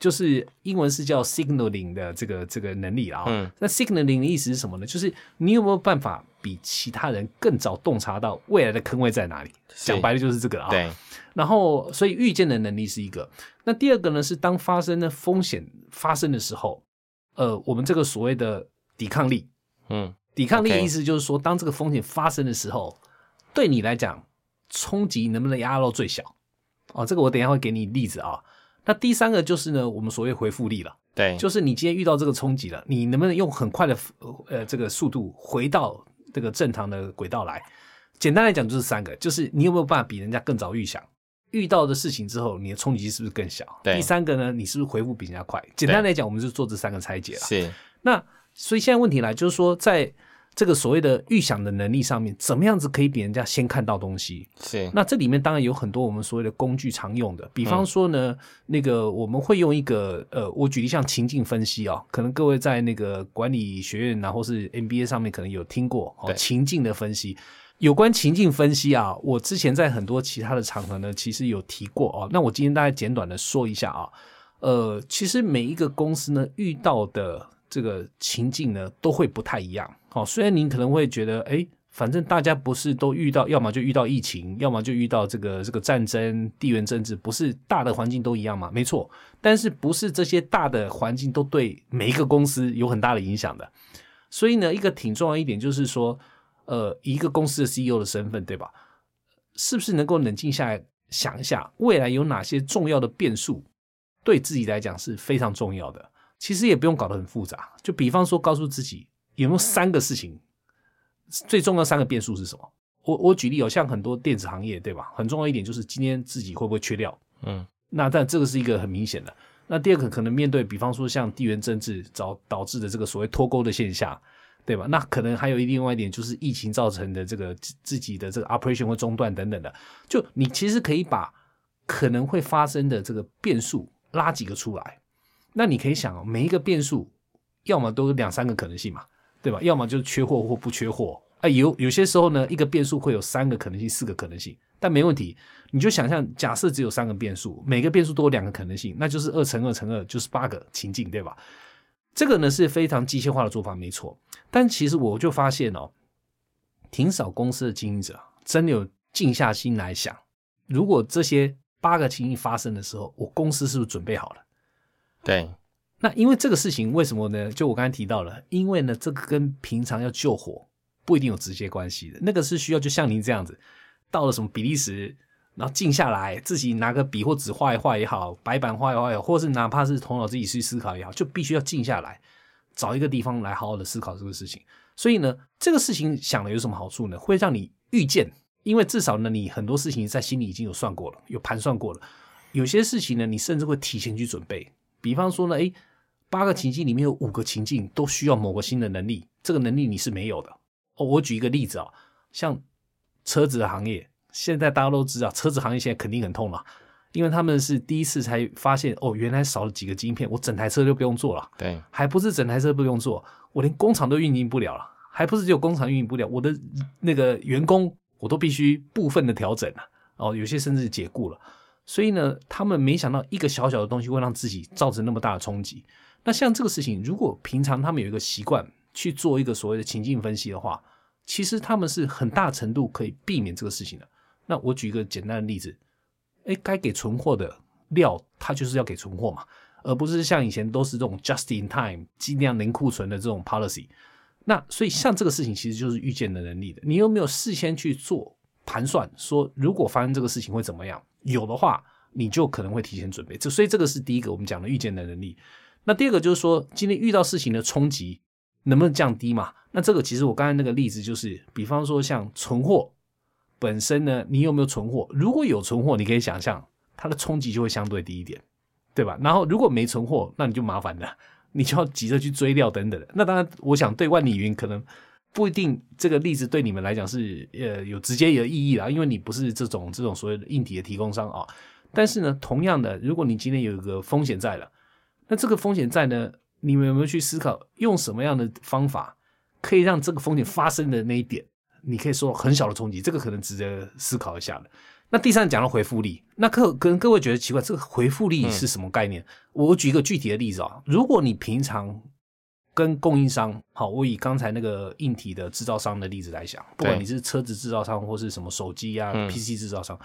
Speaker 2: 就是英文是叫 signaling 的这个这个能力啊、
Speaker 1: 嗯，
Speaker 2: 那 signaling 的意思是什么呢？就是你有没有办法比其他人更早洞察到未来的坑位在哪里？
Speaker 1: 是
Speaker 2: 讲白了就是这个啊、
Speaker 1: 对，
Speaker 2: 然后，所以预见的能力是一个。那第二个呢，是当发生的风险发生的时候，呃，我们这个所谓的抵抗力，
Speaker 1: 嗯，
Speaker 2: 抵抗力
Speaker 1: OK
Speaker 2: 意思就是说，当这个风险发生的时候，对你来讲，冲击能不能压到最小？哦，这个我等一下会给你例子啊。那第三个就是呢，我们所谓回复力了。
Speaker 1: 对，
Speaker 2: 就是你今天遇到这个冲击了，你能不能用很快的呃这个速度回到这个正常的轨道来？简单来讲就是三个，就是你有没有办法比人家更早预想遇到的事情之后，你的冲击是不是更小？
Speaker 1: 对
Speaker 2: 第三个呢，你是不是回复比人家快？简单来讲，我们就做这三个拆解了。
Speaker 1: 是
Speaker 2: 那所以现在问题来，就是说在这个所谓的预想的能力上面，怎么样子可以比人家先看到东西？
Speaker 1: 是，
Speaker 2: 那这里面当然有很多我们所谓的工具常用的，比方说呢，那个我们会用一个呃，我举例像情境分析哦，可能各位在那个管理学院啊，或是 MBA 上面可能有听过哦，
Speaker 1: 对
Speaker 2: 情境的分析。有关情境分析啊，我之前在很多其他的场合呢，其实有提过哦。那我今天大概简短的说一下啊，呃，其实每一个公司呢遇到的这个情境呢都会不太一样。好、虽然您可能会觉得，哎，反正大家不是都遇到，要么就遇到疫情，要么就遇到这个这个战争、地缘政治，不是大的环境都一样嘛？没错，但是不是这些大的环境都对每一个公司有很大的影响的。所以呢，一个挺重要一点就是说，呃，以一个公司的 CEO 的身份，对吧？是不是能够冷静下来想一下，未来有哪些重要的变数对自己来讲是非常重要的。其实也不用搞得很复杂，就比方说告诉自己有没有三个事情，最重要三个变数是什么？我我举例有、哦像很多电子行业对吧？很重要一点就是今天自己会不会缺料，
Speaker 1: 嗯，
Speaker 2: 那但这个是一个很明显的。那第二个可能面对，比方说像地缘政治导导致的这个所谓脱钩的现象，对吧？那可能还有另外一点就是疫情造成的这个自自己的这个 operation 会中断等等的。就你其实可以把可能会发生的这个变数拉几个出来，那你可以想哦，每一个变数要么都有两三个可能性嘛，对吧？要么就是缺货或不缺货。啊，有有些时候呢，一个变数会有三个可能性、四个可能性，但没问题。你就想象，假设只有三个变数，每个变数都有两个可能性，那就是二乘二乘二，就是八个情境，对吧？这个呢是非常机械化的做法，没错。但其实我就发现哦，挺少公司的经营者啊真的有静下心来想，如果这些八个情境发生的时候，我公司是不是准备好了？
Speaker 1: 对，
Speaker 2: 那因为这个事情，为什么呢？就我刚才提到了，因为呢，这个跟平常要救火不一定有直接关系的，那个是需要就像您这样子，到了什么比利时，然后静下来，自己拿个笔或纸画一画也好，白板画一画也好，或是哪怕是头脑自己去思考也好，就必须要静下来，找一个地方来好好的思考这个事情。所以呢，这个事情想了有什么好处呢？会让你预见，因为至少呢，你很多事情在心里已经有算过了，有盘算过了。有些事情呢，你甚至会提前去准备。比方说呢，诶，八个情境里面有五个情境都需要某个新的能力，这个能力你是没有的。哦，我举一个例子啊、像车子的行业，现在大家都知道，车子行业现在肯定很痛了，因为他们是第一次才发现，哦，原来少了几个晶片，我整台车就不用做了。
Speaker 1: 对，
Speaker 2: 还不是整台车不用做，我连工厂都运营不了了，还不是只有工厂运营不了，我的那个员工我都必须部分的调整了、哦，有些甚至解雇了。所以呢，他们没想到一个小小的东西会让自己造成那么大的冲击。那像这个事情，如果平常他们有一个习惯去做一个所谓的情境分析的话，其实他们是很大程度可以避免这个事情的。那我举一个简单的例子，哎，该给存货的料，它就是要给存货嘛，而不是像以前都是这种 just in time 尽量零库存的这种 policy。那所以像这个事情，其实就是预见的能力的。你有没有事先去做盘算，说如果发生这个事情会怎么样？有的话，你就可能会提前准备。这所以这个是第一个我们讲的预见的能力。那第二个就是说，今天遇到事情的冲击能不能降低嘛？那这个其实我刚才那个例子就是，比方说像存货本身呢，你有没有存货？如果有存货，你可以想象它的冲击就会相对低一点，对吧？然后如果没存货，那你就麻烦了，你就要急着去追料等等的。那当然，我想对万里云可能不一定这个例子对你们来讲是呃有直接有意义啦，因为你不是这种这种所谓的硬体的提供商啊、但是呢，同样的，如果你今天有一个风险在了，那这个风险在呢，你们有没有去思考用什么样的方法可以让这个风险发生的那一点，你可以受到很小的冲击？这个可能值得思考一下的。那第三讲到回复力，那各可能各位觉得奇怪，这个回复力是什么概念？我举一个具体的例子啊、如果你平常跟供应商，好，我以刚才那个硬体的制造商的例子来讲，不管
Speaker 1: 对
Speaker 2: 你是车子制造商或是什么手机啊、
Speaker 1: 嗯
Speaker 2: PC 制造商，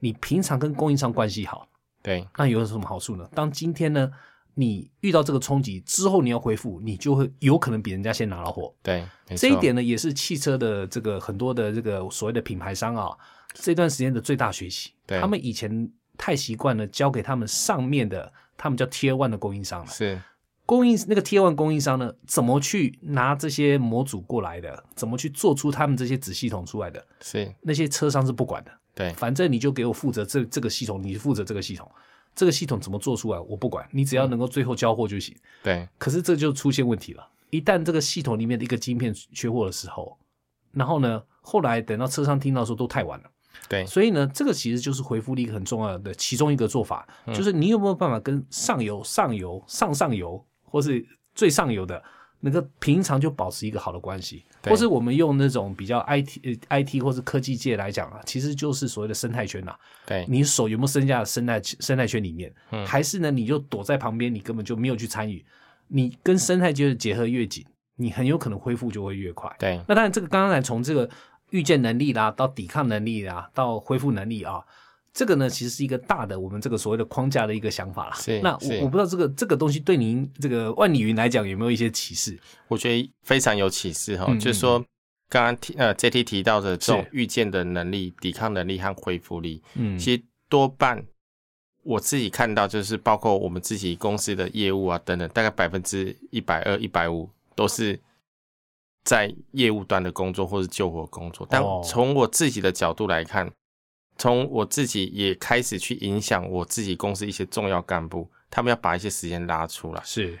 Speaker 2: 你平常跟供应商关系好，
Speaker 1: 对，
Speaker 2: 那有什么好处呢？当今天呢，你遇到这个冲击之后，你要恢复，你就会有可能比人家先拿到货。
Speaker 1: 对，没
Speaker 2: 这一
Speaker 1: 错
Speaker 2: 点呢，也是汽车的这个很多的这个所谓的品牌商啊，这段时间的最大学习。
Speaker 1: 对
Speaker 2: 他们以前太习惯了交给他们上面的，他们叫 Tier One 的供应商了。
Speaker 1: 是
Speaker 2: 供应那个 Tier One 供应商呢，怎么去拿这些模组过来的？怎么去做出他们这些子系统出来的？
Speaker 1: 是，
Speaker 2: 那些车商是不管的。
Speaker 1: 对，
Speaker 2: 反正你就给我负责这这个系统，你负责这个系统，这个系统怎么做出来我不管，你只要能够最后交货就行。
Speaker 1: 对，
Speaker 2: 可是这就出现问题了，一旦这个系统里面的一个晶片缺货的时候，然后呢，后来等到车商听到说都太晚了，
Speaker 1: 对，
Speaker 2: 所以呢，这个其实就是回复力很重要的其中一个做法，就是你有没有办法跟上游、上游、上上游，或是最上游的。能够平常就保持一个好的关系，
Speaker 1: 对
Speaker 2: 或是我们用那种比较 IT 呃 IT 或是科技界来讲啊，其实就是所谓的生态圈呐、
Speaker 1: 对，
Speaker 2: 你手有没有伸在生态生态圈里面，还是呢你就躲在旁边，你根本就没有去参与。你跟生态圈的结合越紧，你很有可能恢复就会越快。
Speaker 1: 对，
Speaker 2: 那当然，这个刚才从这个预见能力啦，到抵抗能力啦，到恢复能力啊，这个呢其实是一个大的我们这个所谓的框架的一个想法啦。
Speaker 1: 是
Speaker 2: 那
Speaker 1: 是
Speaker 2: 我我不知道这个这个东西对您这个万里云来讲有没有一些启示？
Speaker 1: 我觉得非常有启示哈、
Speaker 2: 嗯
Speaker 1: 就是说刚刚提呃 JT 提到的这种预见的能力、抵抗能力和恢复力，
Speaker 2: 嗯
Speaker 1: 其实多半我自己看到就是包括我们自己公司的业务啊等等，大概百分之一百二、一百五都是在业务端的工作或是救火工作。但
Speaker 2: 哦
Speaker 1: 从我自己的角度来看，从我自己也开始去影响我自己公司一些重要干部，他们要把一些时间拉出来。
Speaker 2: 是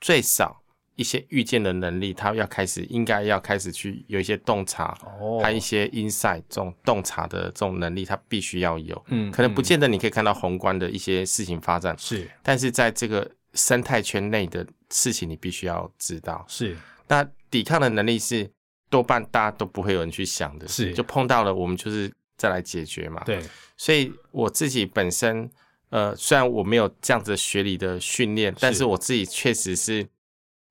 Speaker 1: 最少一些预见的能力，他要开始应该要开始去有一些洞察，
Speaker 2: 哦
Speaker 1: 还有一些 insight 这种洞察的这种能力，他必须要有。
Speaker 2: 嗯
Speaker 1: 可能不
Speaker 2: 嗯
Speaker 1: 见得你可以看到宏观的一些事情发展，
Speaker 2: 是
Speaker 1: 但是在这个生态圈内的事情，你必须要知道。
Speaker 2: 是
Speaker 1: 那抵抗的能力是多半大家都不会有人去想的，
Speaker 2: 是
Speaker 1: 就碰到了我们就是再来解决嘛。
Speaker 2: 对
Speaker 1: 所以我自己本身，呃，虽然我没有这样子的学理的训练，但是我自己确实是，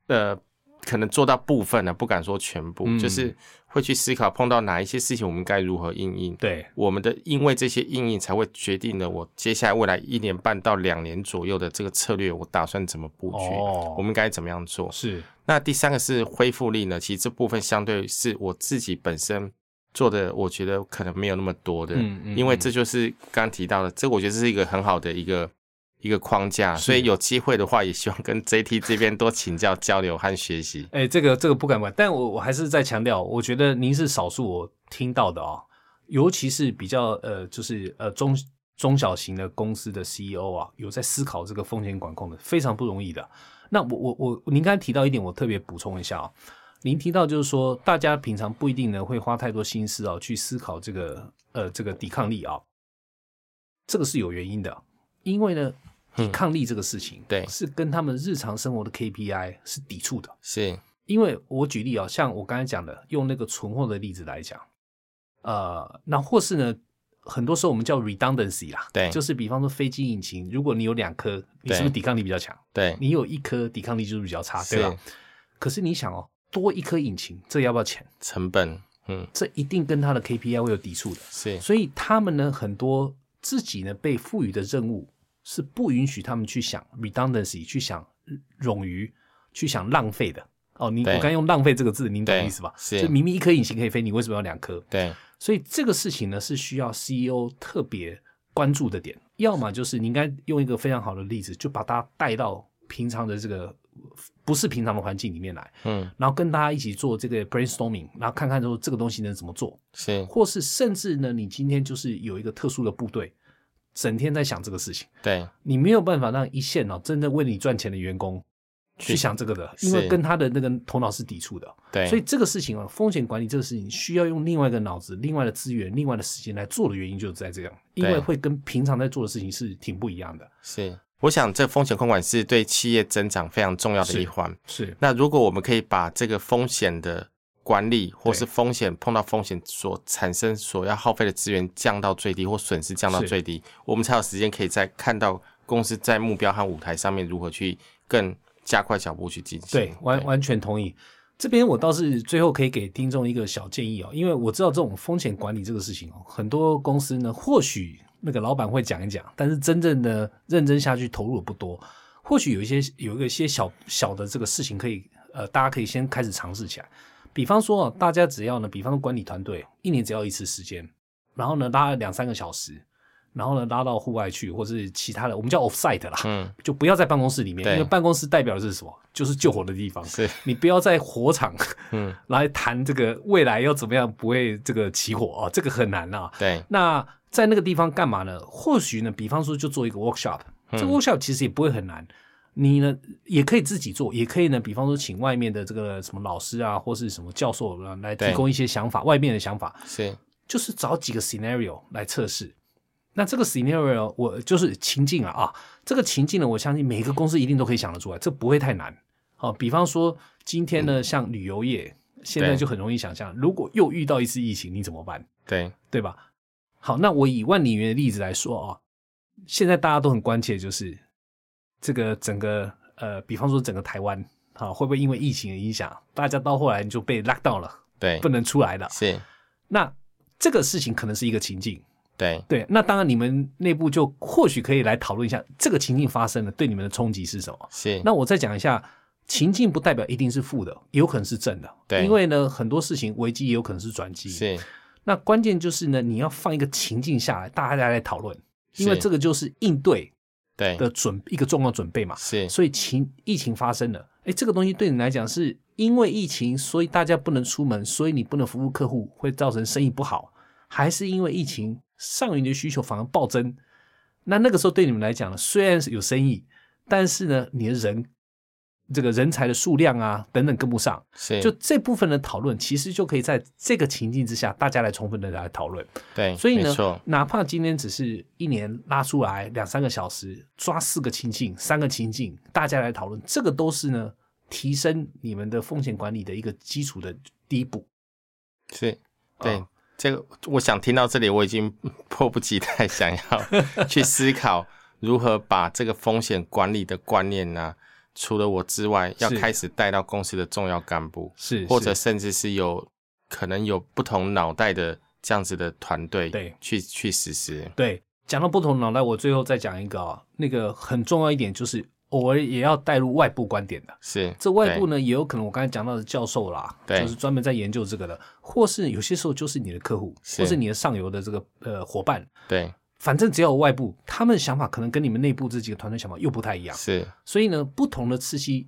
Speaker 1: 呃，可能做到部分了，啊不敢说全部，
Speaker 2: 嗯
Speaker 1: 就是会去思考碰到哪一些事情，我们该如何应应。
Speaker 2: 对
Speaker 1: 我们的因为这些应应，才会决定了我接下来未来一年半到两年左右的这个策略，我打算怎么布局，
Speaker 2: 哦
Speaker 1: 我们该怎么样做。
Speaker 2: 是
Speaker 1: 那第三个是恢复力呢，其实这部分相对是我自己本身做的，我觉得可能没有那么多的，
Speaker 2: 嗯嗯
Speaker 1: 因为这就是刚刚提到的，这我觉得是一个很好的一个一个框架，所以有机会的话，也希望跟 JT 这边多请教、交流和学习。
Speaker 2: 哎、这个这个不敢管，但我我还是在强调，我觉得您是少数我听到的啊、尤其是比较呃，就是呃中中小型的公司的 CEO 啊，有在思考这个风险管控的，非常不容易的。那我我我，您刚才提到一点，我特别补充一下啊、您提到就是说，大家平常不一定呢会花太多心思啊、去思考这个呃这个抵抗力啊、这个是有原因的，因为呢。抵抗力这个事情，
Speaker 1: 对
Speaker 2: 是跟他们日常生活的 KPI 是抵触的。
Speaker 1: 是，
Speaker 2: 因为我举例啊、像我刚才讲的，用那个存货的例子来讲，呃，那或是呢，很多时候我们叫 redundancy 啦，
Speaker 1: 对
Speaker 2: 就是比方说飞机引擎，如果你有两颗，你是不是
Speaker 1: 对
Speaker 2: 抵抗力比较强？
Speaker 1: 对，
Speaker 2: 你有一颗抵抗力就是比较差，
Speaker 1: 是
Speaker 2: 对吧？可是你想哦，多一颗引擎，这要不要钱？
Speaker 1: 成本，嗯，
Speaker 2: 这一定跟它的 KPI 会有抵触的。
Speaker 1: 是
Speaker 2: 所以他们呢，很多自己呢被赋予的任务是不允许他们去想 redundancy，去想冗余，去想浪费的。哦，你
Speaker 1: 对
Speaker 2: 我刚用浪费这个字，您懂
Speaker 1: 对
Speaker 2: 意思吧？
Speaker 1: 是
Speaker 2: 就明明一颗引擎可以飞，你为什么要两颗？
Speaker 1: 对，
Speaker 2: E 所以这个事情呢，是需要 CEO 特别关注的点，要么就是你应该用一个非常好的例子，就把它带到平常的这个不是平常的环境里面来，
Speaker 1: 嗯，
Speaker 2: 然后跟大家一起做这个 brainstorming，然后看看说这个东西能怎么做，
Speaker 1: 是
Speaker 2: 或是甚至呢，你今天就是有一个特殊的部队，整天在想这个事情，
Speaker 1: 对，
Speaker 2: 你没有办法让一线哦真正为你赚钱的员工去想这个的，
Speaker 1: 是
Speaker 2: 因为跟他的那个头脑是抵触的。哦
Speaker 1: 对，
Speaker 2: 所以这个事情啊，风险管理这个事情需要用另外一个脑子、另外的资源、另外的时间来做的原因就是在这样，因为
Speaker 1: 对
Speaker 2: 会跟平常在做的事情是挺不一样的。
Speaker 1: 是，我想这风险控管是对企业增长非常重要的
Speaker 2: 是
Speaker 1: 一环。
Speaker 2: 是
Speaker 1: 那如果我们可以把这个风险的管理，或
Speaker 2: 对
Speaker 1: 是风险碰到风险所产生所要耗费的资源降到最低，或损失降到
Speaker 2: 是
Speaker 1: 最低，我们才有时间可以在看到公司在目标和舞台上面如何去更加快脚步去进行。
Speaker 2: 对，完完全同意。这边我倒是最后可以给听众一个小建议哦，因为我知道这种风险管理这个事情哦，很多公司呢或许那个老板会讲一讲，但是真正的认真下去投入的不多。或许有一些有一个些小小的这个事情可以，呃，大家可以先开始尝试起来。比方说哦，大家只要呢，比方说管理团队一年只要一次时间，然后呢拉两三个小时，然后呢拉到户外去，或是其他的，我们叫 offsite 啦，
Speaker 1: 嗯，
Speaker 2: 就不要在办公室里面，
Speaker 1: 对
Speaker 2: 因为办公室代表的是什么？就是救火的地方。
Speaker 1: 是，
Speaker 2: 你不要在火场
Speaker 1: 嗯，
Speaker 2: 来谈这个未来要怎么样不会这个起火啊、这个很难啊。
Speaker 1: 对，
Speaker 2: 那在那个地方干嘛呢？或许呢，比方说就做一个 workshop，、这个
Speaker 1: 嗯
Speaker 2: workshop 其实也不会很难。你呢也可以自己做，也可以呢，比方说请外面的这个什么老师啊，或是什么教授啊来提
Speaker 1: 对
Speaker 2: 供一些想法，外面的想法。
Speaker 1: 是，
Speaker 2: 就是找几个 scenario 来测试。那这个 scenario 我就是情境啊啊，这个情境呢，我相信每一个公司一定都可以想得出来，这不会太难。好、比方说今天呢，像旅游业，现在
Speaker 1: 对
Speaker 2: 就很容易想象，如果又遇到一次疫情，你怎么办？
Speaker 1: 对，
Speaker 2: 对吧？好，那我以万里园的例子来说啊，现在大家都很关切，就是这个整个呃，比方说整个台湾啊，会不会因为疫情的影响，大家到后来就被 lock down 了，
Speaker 1: 对
Speaker 2: 不，能出来了？
Speaker 1: 是，
Speaker 2: 那这个事情可能是一个情境，
Speaker 1: 对，
Speaker 2: 对。那当然，你们内部就或许可以来讨论一下这个情境发生了对你们的冲击是什么。
Speaker 1: 是，
Speaker 2: 那我再讲一下，情境不代表一定是负的，也有可能是正的。
Speaker 1: 对
Speaker 2: 因为呢，很多事情危机也有可能是转机。。
Speaker 1: 是，
Speaker 2: 那关键就是呢，你要放一个情境下来，大家来讨论，因为
Speaker 1: 是
Speaker 2: 这个就是应对
Speaker 1: 对，
Speaker 2: 的准一个重要准备嘛。
Speaker 1: 是，
Speaker 2: 所以情疫情发生了，哎，这个东西对你来讲是因为疫情，所以大家不能出门，所以你不能服务客户，会造成生意不好，还是因为疫情上游的需求反而暴增？那那个时候对你们来讲呢，虽然是有生意，但是呢，你的人这个人才的数量啊等等跟不上，
Speaker 1: 是，
Speaker 2: 就这部分的讨论，其实就可以在这个情境之下，大家来充分的来讨论。
Speaker 1: 对，
Speaker 2: 所以
Speaker 1: 没
Speaker 2: 呢
Speaker 1: 错，，
Speaker 2: 哪怕今天只是一年拉出来两三个小时，抓四个情境、三个情境，大家来讨论，这个都是呢提升你们的风险管理的一个基础的第一步。
Speaker 1: 是，对
Speaker 2: 啊，
Speaker 1: 这个我想听到这里，我已经 迫不及待想 要去思考如何把这个风险管理的观念呢、啊除了我之外，要
Speaker 2: 是
Speaker 1: 开始带到公司的重要干部，
Speaker 2: 是
Speaker 1: 或者甚至是有可能有不同脑袋的这样子的团队，
Speaker 2: 对，
Speaker 1: 去去实施，
Speaker 2: 对，讲到不同脑袋，我最后再讲一个啊、那个很重要一点就是，偶尔也要带入外部观点的。
Speaker 1: 是
Speaker 2: 这外部
Speaker 1: 对
Speaker 2: 呢，也有可能我刚才讲到的教授啦，
Speaker 1: 对
Speaker 2: 就是专门在研究这个的，或是有些时候就是你的客户，
Speaker 1: 是
Speaker 2: 或是你的上游的这个呃伙伴，
Speaker 1: 对
Speaker 2: 反正只要有外部，他们想法可能跟你们内部这几个团队想法又不太一样，
Speaker 1: 是，
Speaker 2: 所以呢，不同的刺激，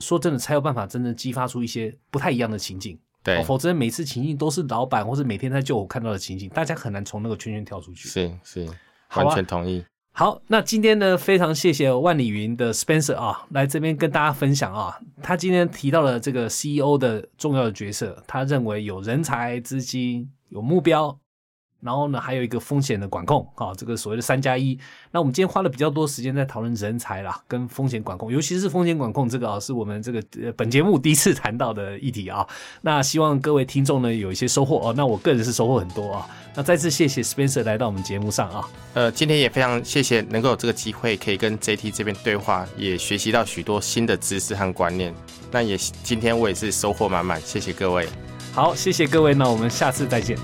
Speaker 2: 说真的才有办法真正激发出一些不太一样的情境。
Speaker 1: 对
Speaker 2: 哦否则每次情境都是老板或是每天在救我看到的情境，大家很难从那个圈圈跳出去。
Speaker 1: 是是，
Speaker 2: 好啊
Speaker 1: 完全同意，
Speaker 2: 好，那今天呢，非常谢谢万里云的 Spencer 啊，来这边跟大家分享啊，他今天提到了这个 CEO 的重要的角色，他认为有人才、资金、有目标，然后呢，还有一个风险的管控啊，这个所谓的三加一。那我们今天花了比较多时间在讨论人才啦，跟风险管控，尤其是风险管控这个啊，是我们这个呃本节目第一次谈到的议题啊。那希望各位听众呢有一些收获哦，那我个人是收获很多啊。那再次谢谢 Spencer 来到我们节目上啊。
Speaker 1: 呃，今天也非常谢谢能够有这个机会可以跟 JT 这边对话，也学习到许多新的知识和观念。那也今天我也是收获满满，谢谢各位。
Speaker 2: 好，谢谢各位，那我们下次再见。